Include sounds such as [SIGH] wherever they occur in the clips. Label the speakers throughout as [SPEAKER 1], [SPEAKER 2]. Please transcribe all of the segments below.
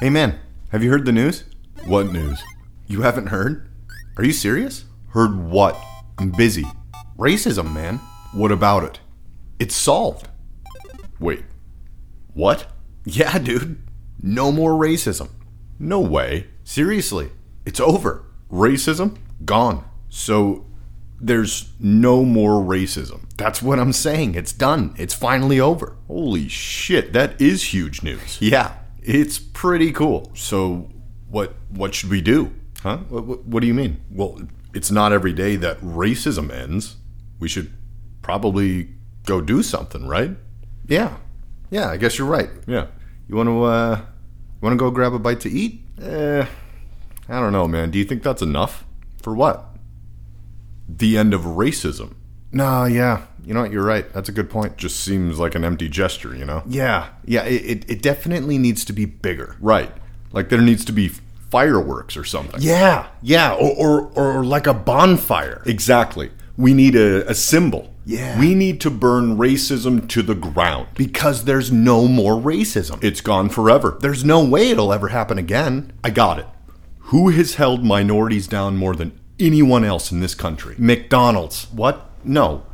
[SPEAKER 1] Hey man, have you heard the news?
[SPEAKER 2] What news?
[SPEAKER 1] You haven't heard? Are you serious?
[SPEAKER 2] Heard what? I'm busy.
[SPEAKER 1] Racism, man.
[SPEAKER 2] What about it?
[SPEAKER 1] It's solved.
[SPEAKER 2] Wait. What?
[SPEAKER 1] Yeah, dude. No more racism.
[SPEAKER 2] No way.
[SPEAKER 1] Seriously, it's over.
[SPEAKER 2] Racism?
[SPEAKER 1] Gone.
[SPEAKER 2] So there's no more racism.
[SPEAKER 1] That's what I'm saying. It's done. It's finally over.
[SPEAKER 2] Holy shit, that is huge news.
[SPEAKER 1] Yeah, it's pretty cool.
[SPEAKER 2] So what what should we do?
[SPEAKER 1] Huh? What, what, what do you mean?
[SPEAKER 2] Well, it's not every day that racism ends. We should probably go do something, right?
[SPEAKER 1] Yeah. Yeah, I guess you're right.
[SPEAKER 2] Yeah.
[SPEAKER 1] You want to uh you want to go grab a bite to eat?
[SPEAKER 2] Eh, I don't know, man. Do you think that's enough?
[SPEAKER 1] For what?
[SPEAKER 2] The end of racism
[SPEAKER 1] No, yeah. You know what? You're right. That's a good point.
[SPEAKER 2] just seems like an empty gesture, you know?
[SPEAKER 1] Yeah. Yeah, it, it, it definitely needs to be bigger.
[SPEAKER 2] Right. Like there needs to be fireworks or something.
[SPEAKER 1] Yeah. Yeah, or or, or like a bonfire.
[SPEAKER 2] Exactly. We need a, a symbol.
[SPEAKER 1] Yeah.
[SPEAKER 2] We need to burn racism to the ground.
[SPEAKER 1] Because there's no more racism.
[SPEAKER 2] It's gone forever.
[SPEAKER 1] there's no way it'll ever happen again.
[SPEAKER 2] I got it. Who has held minorities down more than anyone else in this country?
[SPEAKER 1] McDonald's.
[SPEAKER 2] What? No.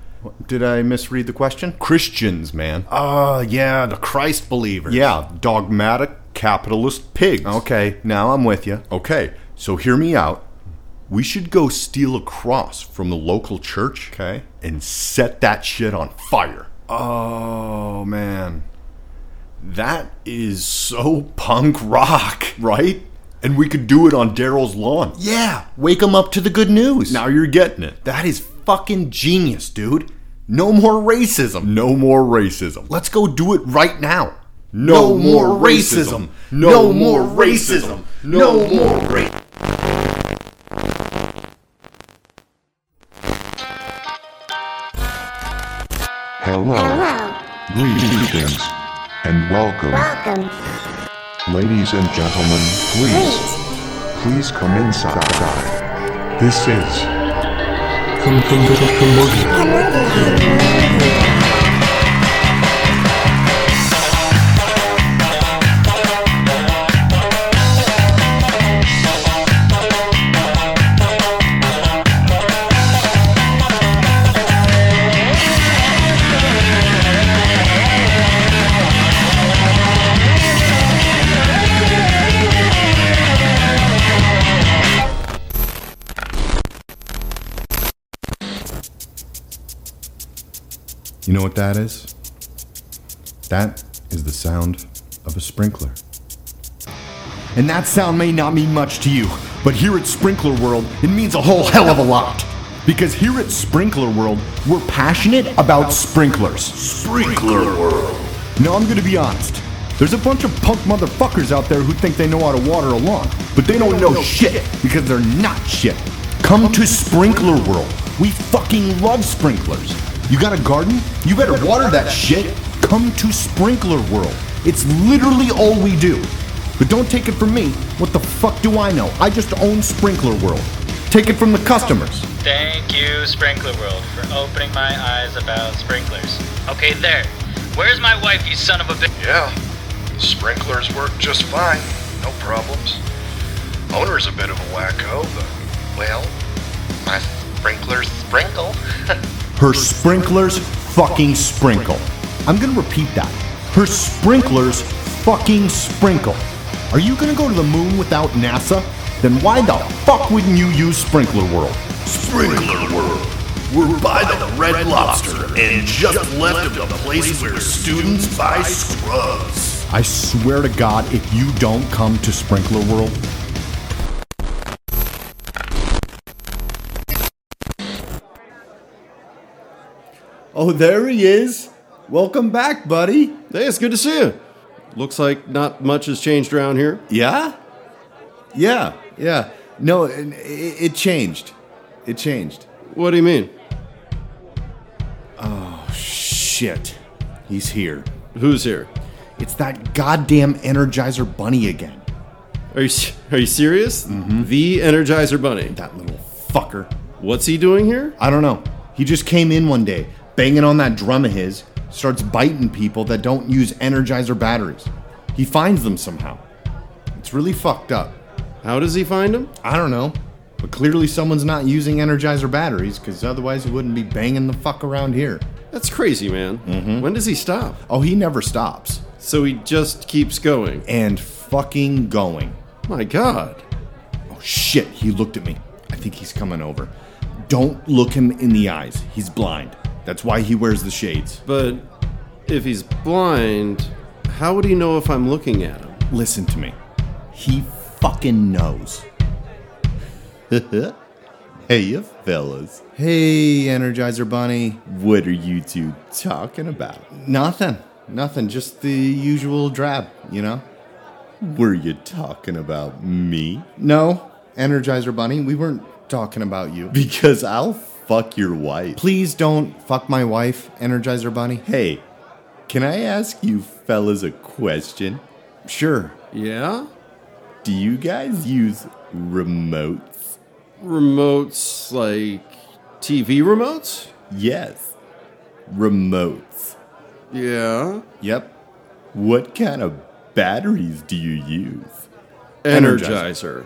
[SPEAKER 1] Did I misread the question?
[SPEAKER 2] Christians, man.
[SPEAKER 1] Ah, yeah, the Christ believers.
[SPEAKER 2] yeah, dogmatic capitalist pigs.
[SPEAKER 1] Okay, now I'm with you.
[SPEAKER 2] Okay, so hear me out. We should go steal a cross from the local church
[SPEAKER 1] Okay.
[SPEAKER 2] and set that shit on fire.
[SPEAKER 1] Oh, man.
[SPEAKER 2] That is so punk rock, right? And we could do it on Daryl's lawn.
[SPEAKER 1] Yeah, wake them up to the good news.
[SPEAKER 2] Now you're getting it.
[SPEAKER 1] that is fucking genius, dude. No more racism.
[SPEAKER 2] No more racism.
[SPEAKER 1] Let's go do it right now.
[SPEAKER 2] No more racism.
[SPEAKER 1] No, more racism. No more racism.
[SPEAKER 3] Hello,
[SPEAKER 4] Hello,
[SPEAKER 3] greetings, and welcome,
[SPEAKER 4] welcome.
[SPEAKER 3] ladies and gentlemen. Please,
[SPEAKER 4] Please,
[SPEAKER 3] please come inside. This is
[SPEAKER 4] come over here.
[SPEAKER 1] You know what that is? That is the sound of a sprinkler. And that sound may not mean much to you, but here at Sprinkler World, it means a whole hell of a lot. Because here at Sprinkler World, we're passionate about sprinklers.
[SPEAKER 2] Sprinkler world.
[SPEAKER 1] Now, I'm gonna be honest. There's a bunch of punk motherfuckers out there who think they know how to water a lawn, but they don't know shit because they're not shit. Come to Sprinkler World. We fucking love sprinklers. You got a garden? You better water that shit. Come to Sprinkler World. It's literally all we do. But don't take it from me. What the fuck do I know? I just own Sprinkler World. Take it from the customers.
[SPEAKER 5] Thank you, Sprinkler World, for opening my eyes about sprinklers. Okay, there. Where's my wife, you son of a bitch?
[SPEAKER 6] Yeah, sprinklers work just fine, no problems. Owner's a bit of a wacko, but, well, my sprinklers sprinkle. [LAUGHS]
[SPEAKER 1] Her sprinklers fucking sprinkle. I'm gonna repeat that. Her sprinklers fucking sprinkle. Are you gonna go to the moon without NASA? Then why the fuck wouldn't you use Sprinkler World?
[SPEAKER 7] Sprinkler World. We're by the Red Lobster and just left of the place where students buy scrubs.
[SPEAKER 1] I swear to God, if you don't come to Sprinkler World,
[SPEAKER 8] Oh, there he is. Welcome back, buddy.
[SPEAKER 9] Hey, it's good to see you. Looks like not much has changed around here.
[SPEAKER 8] Yeah? Yeah, yeah. No, it, it it changed. It changed.
[SPEAKER 9] What do you mean?
[SPEAKER 8] Shit. He's here.
[SPEAKER 9] Who's here?
[SPEAKER 1] it's that goddamn Energizer Bunny again.
[SPEAKER 9] Are you [LAUGHS] s- are you serious?
[SPEAKER 3] Mm-hmm.
[SPEAKER 9] The Energizer Bunny.
[SPEAKER 1] That little fucker.
[SPEAKER 9] What's he doing here?
[SPEAKER 1] I don't know. He just came in one day, banging on that drum of his, starts biting people that don't use Energizer batteries. He finds them somehow. It's really fucked up.
[SPEAKER 9] How does he find him?
[SPEAKER 1] I don't know. But clearly someone's not using Energizer batteries, because otherwise he wouldn't be banging the fuck around here.
[SPEAKER 9] That's crazy, man.
[SPEAKER 3] Mm-hmm.
[SPEAKER 9] When does he stop?
[SPEAKER 1] Oh, he never stops.
[SPEAKER 9] So he just keeps going.
[SPEAKER 1] And fucking going.
[SPEAKER 9] My God.
[SPEAKER 1] Oh shit, he looked at me. I think he's coming over. Don't look him in the eyes. He's blind. That's why he wears the shades.
[SPEAKER 9] But if he's blind, how would he know if I'm looking at him?
[SPEAKER 1] Listen to me. He fucking knows. [LAUGHS] hey, you fellas. Hey, Energizer Bunny. What are you two talking about? Nothing. Nothing. Just the usual drab, you know? Were you talking about me? No, Energizer Bunny, we weren't talking about you. Because I'll fuck your wife. Please don't fuck my wife, Energizer Bunny. Hey, can I ask you fellas a question? Sure.
[SPEAKER 9] Yeah?
[SPEAKER 1] Do you guys use remotes?
[SPEAKER 9] Remotes like TV remotes?
[SPEAKER 1] Yes. Remotes.
[SPEAKER 9] Yeah.
[SPEAKER 1] Yep. What kind of batteries do you use?
[SPEAKER 9] Energizer.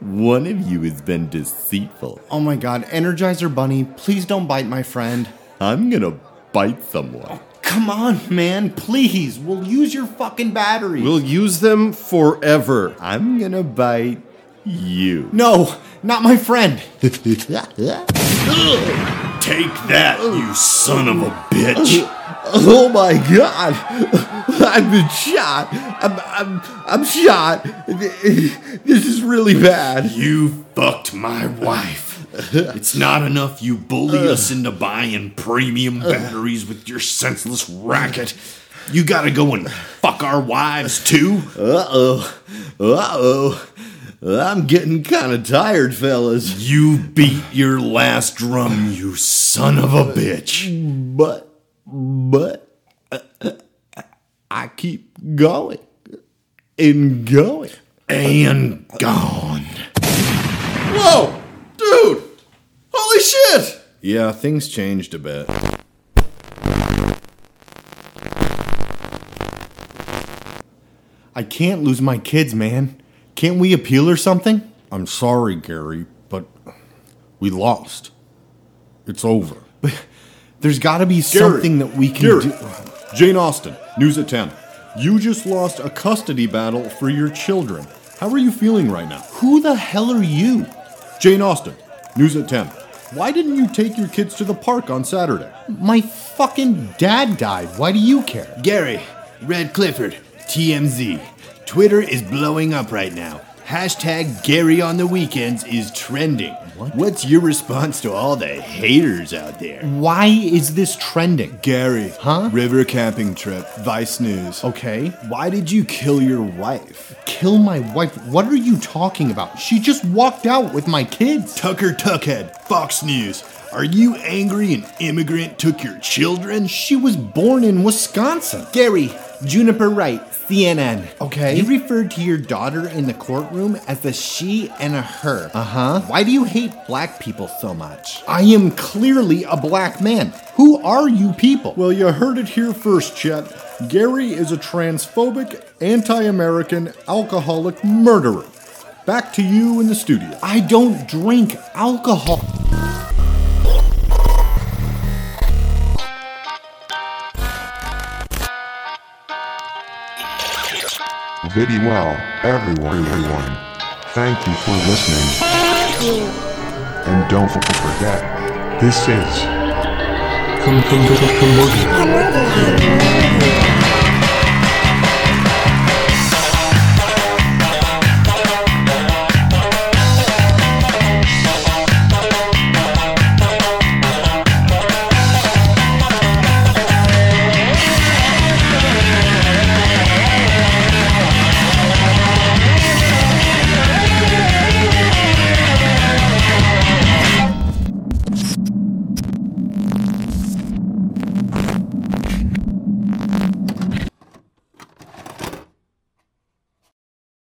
[SPEAKER 1] One of you has been deceitful. Oh my god, Energizer Bunny, please don't bite my friend. I'm gonna bite someone. Oh, Come on, man, please. We'll use your fucking battery.
[SPEAKER 9] We'll use them forever.
[SPEAKER 1] I'm gonna bite you. No, not my friend.
[SPEAKER 7] Take that, you son of a bitch.
[SPEAKER 1] [LAUGHS] Oh my god! [LAUGHS] I've been shot. I'm, I'm, I'm shot. [LAUGHS] This is really bad.
[SPEAKER 7] You fucked my
[SPEAKER 1] [LAUGHS]
[SPEAKER 7] wife. It's not enough you bully us into buying
[SPEAKER 1] [LAUGHS]
[SPEAKER 7] premium batteries with your senseless racket. You gotta go and fuck our wives too?
[SPEAKER 1] Uh oh. Uh oh. I'm getting kind of tired, fellas.
[SPEAKER 7] You beat your last drum, you son of a bitch.
[SPEAKER 1] But, but, uh, I keep going and going.
[SPEAKER 7] And gone.
[SPEAKER 9] Whoa! Dude! Holy shit!
[SPEAKER 1] Yeah, things changed a bit. I can't lose my kids, man. Can't we appeal or something? I'm sorry, Gary, but we lost. It's over. But [LAUGHS] there's got to be something that we can
[SPEAKER 2] Gary,
[SPEAKER 1] do.
[SPEAKER 2] Jane Austen, news at 10. You just lost a custody battle for your children. How are you feeling right now?
[SPEAKER 1] Who the hell are you?
[SPEAKER 2] Jane Austen, news at 10. Why didn't you take your kids to the park on Saturday?
[SPEAKER 1] My fucking dad died. Why do you care?
[SPEAKER 7] Gary, Red Clifford, TMZ. Twitter is blowing up right now. Hashtag Gary on the weekends is trending. What's your response to all the haters out there?
[SPEAKER 1] Why is this trending?
[SPEAKER 2] Gary.
[SPEAKER 1] Huh?
[SPEAKER 2] River camping trip, Vice News.
[SPEAKER 1] Okay.
[SPEAKER 2] Why did you kill your wife?
[SPEAKER 1] Kill my wife. What are you talking about? She just walked out with my kids.
[SPEAKER 7] Tucker Tuckhead, Fox News. Are you angry an immigrant took your children?
[SPEAKER 1] She was born in Wisconsin. Oh,
[SPEAKER 10] Gary, Juniper Wright, CNN.
[SPEAKER 1] Okay.
[SPEAKER 10] You referred to your daughter in the courtroom as a she and a her. Uh huh. Why do you hate black people so much?
[SPEAKER 1] Uh-huh. I am clearly a black man. Who are you people?
[SPEAKER 2] Well, you heard it here first, Chet. Gary is a transphobic, anti American, alcoholic murderer. Back to you in the studio.
[SPEAKER 1] I don't drink alcohol.
[SPEAKER 3] Viddy well, everyone, everyone. Thank you for listening.
[SPEAKER 4] Thank you.
[SPEAKER 3] And don't f- forget, this is
[SPEAKER 4] Comedians.